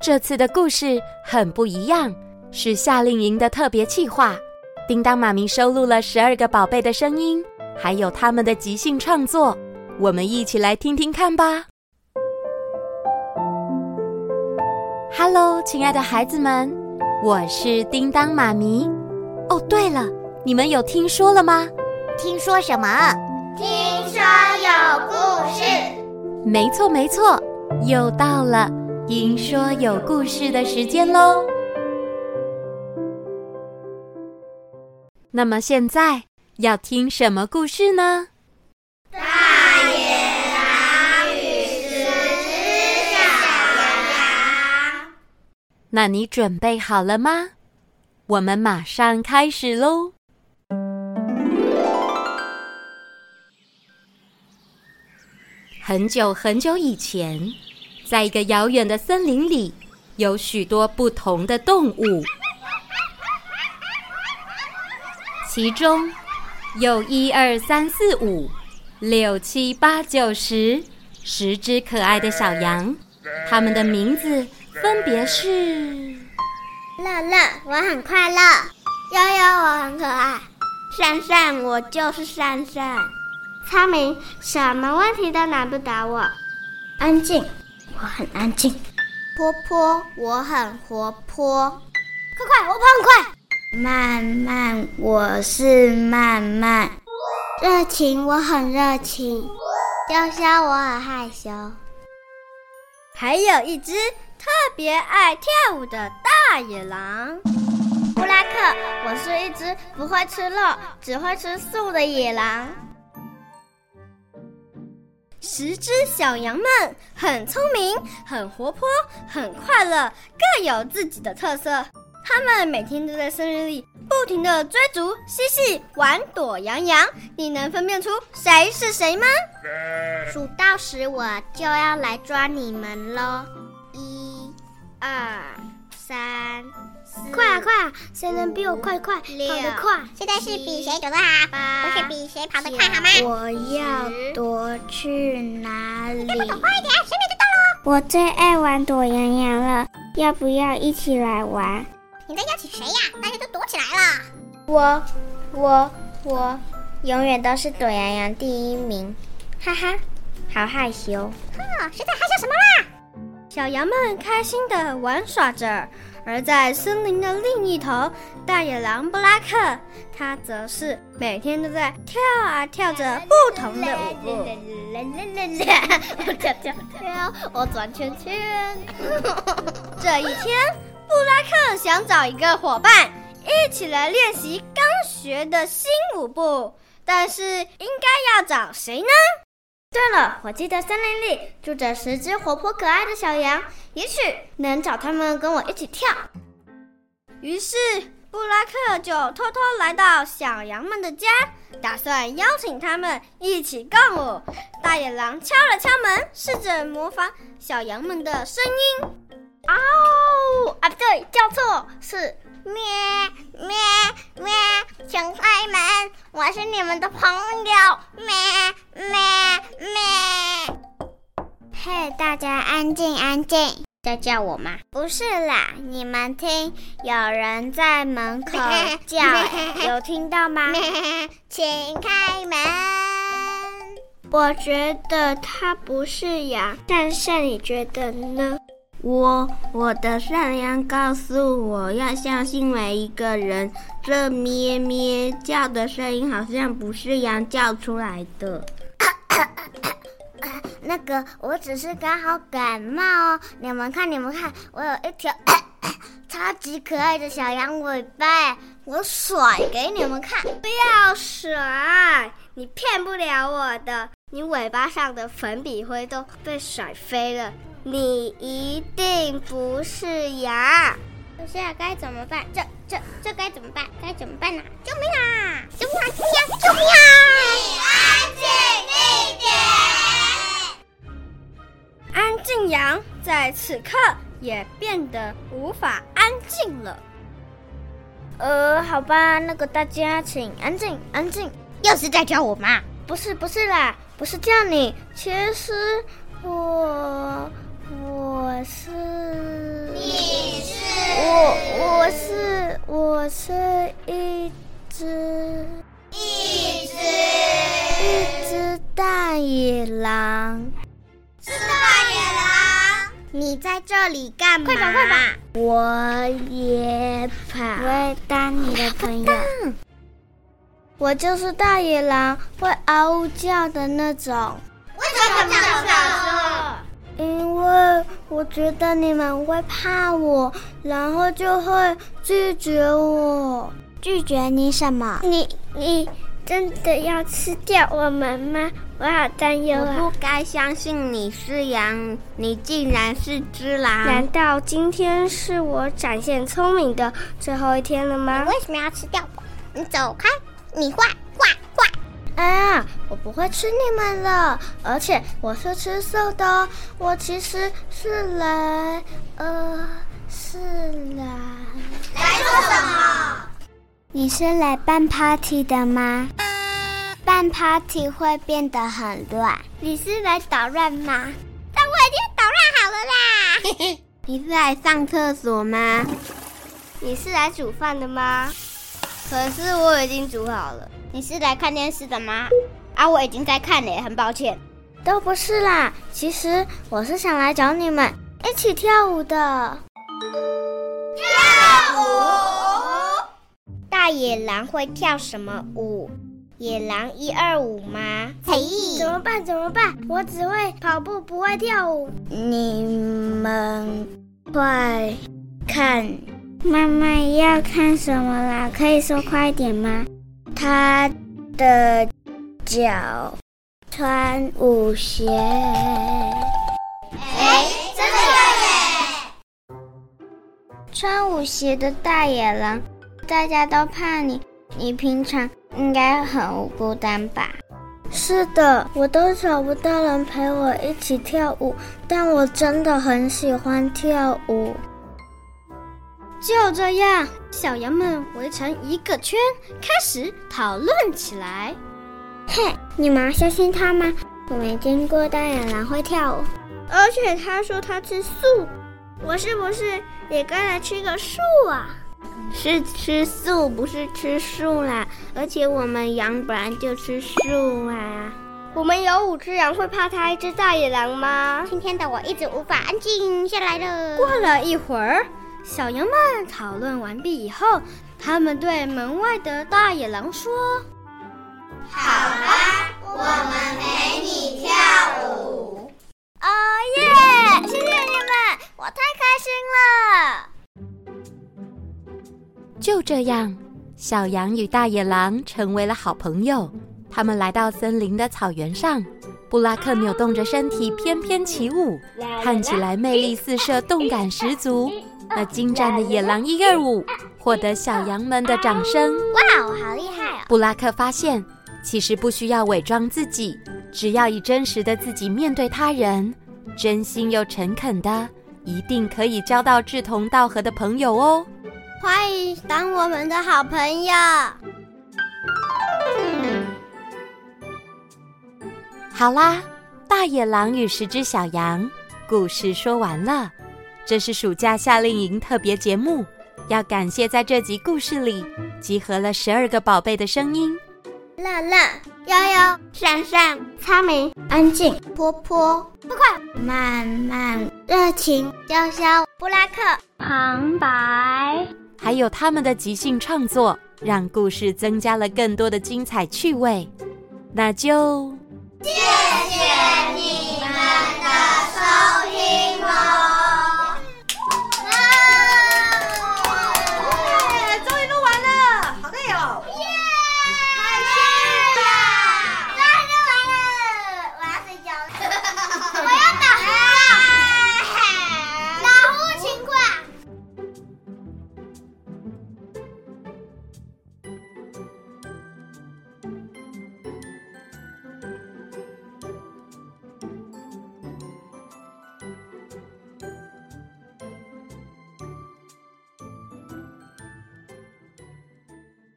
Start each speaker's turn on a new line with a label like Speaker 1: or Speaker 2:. Speaker 1: 这次的故事很不一样，是夏令营的特别企划。叮当妈咪收录了十二个宝贝的声音，还有他们的即兴创作，我们一起来听听看吧。Hello，亲爱的孩子们，我是叮当妈咪。哦，对了，你们有听说了吗？
Speaker 2: 听说什么？
Speaker 3: 听说有故事。
Speaker 1: 没错，没错，又到了听说有故事的时间喽。那么现在要听什么故事呢？
Speaker 3: 大野狼与十只小羊。
Speaker 1: 那你准备好了吗？我们马上开始喽！很久很久以前，在一个遥远的森林里，有许多不同的动物。其中有一二三四五六七八九十十只可爱的小羊，它们的名字分别是
Speaker 4: 乐乐，我很快乐；
Speaker 5: 悠悠，我很可爱；
Speaker 6: 闪闪，我就是闪闪；
Speaker 7: 聪明，什么问题都难不倒我；
Speaker 8: 安静，我很安静；
Speaker 9: 活泼，我很活泼；
Speaker 10: 快快，我跑很快。
Speaker 11: 慢慢，我是慢慢；
Speaker 12: 热情，我很热情；
Speaker 13: 潇潇，我很害羞。
Speaker 14: 还有一只特别爱跳舞的大野狼。
Speaker 15: 布拉克，我是一只不会吃肉，只会吃素的野狼。
Speaker 14: 十只小羊们很聪明，很活泼，很快乐，各有自己的特色。他们每天都在森林里不停的追逐、嬉戏、玩躲羊羊。你能分辨出谁是谁吗？
Speaker 16: 数到十，我就要来抓你们喽！一、二、三、四，
Speaker 7: 快啊快啊！谁能比我快快跑得快？
Speaker 17: 现在是比谁走得好，不是比谁跑得快，好吗？
Speaker 18: 我要躲去哪里？
Speaker 17: 再跑快一点，十秒就到了。
Speaker 19: 我最爱玩躲羊羊了，要不要一起来玩？
Speaker 17: 你在邀请谁呀？大家都躲起来了。
Speaker 20: 我，我，我，永远都是躲羊羊第一名，哈哈，好害羞。
Speaker 17: 哼，谁哦在害羞什么啦？
Speaker 14: 小羊们开心的玩耍着，而在森林的另一头，大野狼布拉克，他则是每天都在跳啊跳着不同的舞步。
Speaker 15: 我跳跳跳，我转圈圈。
Speaker 14: 这一天。布拉克想找一个伙伴一起来练习刚学的新舞步，但是应该要找谁呢？
Speaker 7: 对了，我记得森林里住着十只活泼可爱的小羊，也许能找他们跟我一起跳。
Speaker 14: 于是布拉克就偷偷来到小羊们的家，打算邀请他们一起共舞。大野狼敲了敲门，试着模仿小羊们的声音。
Speaker 15: 嗷、哦、啊，不对，叫错是
Speaker 3: 咩咩咩，请开门，我是你们的朋友咩咩咩。
Speaker 17: 嘿，大家安静安静，
Speaker 20: 在叫我吗？
Speaker 17: 不是啦，你们听，有人在门 口叫，有听到 吗？
Speaker 3: 请开门。
Speaker 7: 我觉得它不是羊，但是你觉得呢？
Speaker 18: 我我的善良告诉我要相信每一个人。这咩咩叫的声音好像不是羊叫出来的。
Speaker 17: 那个，我只是刚好感冒哦。你们看，你们看，我有一条 超级可爱的小羊尾巴，我甩给你们看。
Speaker 7: 不要甩，你骗不了我的。你尾巴上的粉笔灰都被甩飞了。你一定不是羊，
Speaker 17: 可是啊该怎么办？这、这、这该怎么办？该怎么办呢、啊？救命啊！救命啊！救命啊！救命啊！
Speaker 14: 哎
Speaker 3: 你安静一点。
Speaker 14: 安静羊在此刻也变得无法安静了。
Speaker 20: 呃，好吧，那个大家请安静，安静。
Speaker 17: 又是在叫我吗？
Speaker 7: 不是，不是啦，不是叫你。其实我。我是
Speaker 17: 你
Speaker 14: 我是一只
Speaker 21: 一只
Speaker 14: 一只大野狼，
Speaker 21: 是大野狼。
Speaker 22: 你在这里干嘛？
Speaker 14: 快跑快跑！呃
Speaker 22: 我也跑，
Speaker 23: 我也当你的朋友。
Speaker 14: 我就是大野狼，会嗷呜叫的那种。
Speaker 21: 为什么这么小
Speaker 14: 声？因为我觉得你们会怕我，然后就会拒绝我。
Speaker 23: 拒绝你什么？
Speaker 24: 你你真的要吃掉我们吗？我好担忧啊！
Speaker 25: 我不该相信你是羊，你竟然是只狼。
Speaker 26: 难道今天是我展现聪明的最后一天了吗？
Speaker 3: 你为什么要吃掉我？你走开！你坏坏坏！
Speaker 14: 哎呀，我不会吃你们了，而且我是吃素的、哦。我其实是来，呃，是来
Speaker 3: 呃
Speaker 21: 来做什么？
Speaker 23: 你是来办 party 的吗？办 party 会变得很乱。
Speaker 24: 你是来捣乱吗？
Speaker 3: 但我已经捣乱好了啦。嘿嘿。
Speaker 25: 你是来上厕所吗？
Speaker 26: 你是来煮饭的吗？可是我已经煮好了。
Speaker 21: 你是来看电视的吗？啊，我已经在看嘞，很抱歉。
Speaker 14: 都不是啦，其实我是想来找你们一起跳舞的。
Speaker 21: 跳舞？
Speaker 22: 大野狼会跳什么舞？野狼一二五吗？
Speaker 21: 嘿，
Speaker 26: 怎么办？怎么办？我只会跑步，不会跳舞。
Speaker 23: 你们快看！
Speaker 27: 妈妈要看什么啦？可以说快一点吗？
Speaker 23: 他的脚穿舞鞋。
Speaker 21: 哎，真的
Speaker 22: 耶！穿舞鞋的大野狼，大家都怕你。你平常应该很无辜单吧？
Speaker 14: 是的，我都找不到人陪我一起跳舞，但我真的很喜欢跳舞。
Speaker 26: 就这样，小羊们围成一个圈，开始讨论起来。
Speaker 24: 嘿，你们相信他吗？我没听过大野狼会跳舞，
Speaker 26: 而且他说他吃素，我是不是也该来吃个素啊？
Speaker 25: 是吃素，不是吃素啦。而且我们羊本来就吃素啊。
Speaker 26: 我们有五只羊，会怕它一只大野狼吗？
Speaker 3: 今天的我一直无法安静下来了。
Speaker 26: 过了一会儿。小羊们讨论完毕以后，他们对门外的大野狼说：“
Speaker 21: 好吧，我们陪你跳舞。”
Speaker 3: 哦耶！谢谢你们，我太
Speaker 1: 心了。
Speaker 3: 开
Speaker 1: 就这样，小羊与大野狼成为了好朋友。他们来到森林的草原上，布拉克扭动着身体翩翩起舞，看起来魅力四射，动感十足。那精湛的野狼一二五获得小羊们的掌声。
Speaker 3: 哇，哦，好厉害哦！
Speaker 1: 布拉克发现，其实不需要伪装自己，只要以真实的自己面对他人，真心又诚恳的，一定可以交到志同道合的朋友哦。
Speaker 28: 欢迎当我们的好朋友。
Speaker 1: 好啦，大野狼与十只小羊故事说完了。这是暑假夏令营特别节目，要感谢在这集故事里集合了十二个宝贝的声音：
Speaker 29: 乐乐、悠悠、
Speaker 28: 闪闪、
Speaker 29: 苍明、
Speaker 23: 安静、
Speaker 29: 波波、
Speaker 26: 不快、
Speaker 30: 慢慢、
Speaker 29: 热情、潇潇、
Speaker 3: 布拉克、
Speaker 24: 旁白，
Speaker 1: 还有他们的即兴创作，让故事增加了更多的精彩趣味。那就
Speaker 21: 谢谢你。哦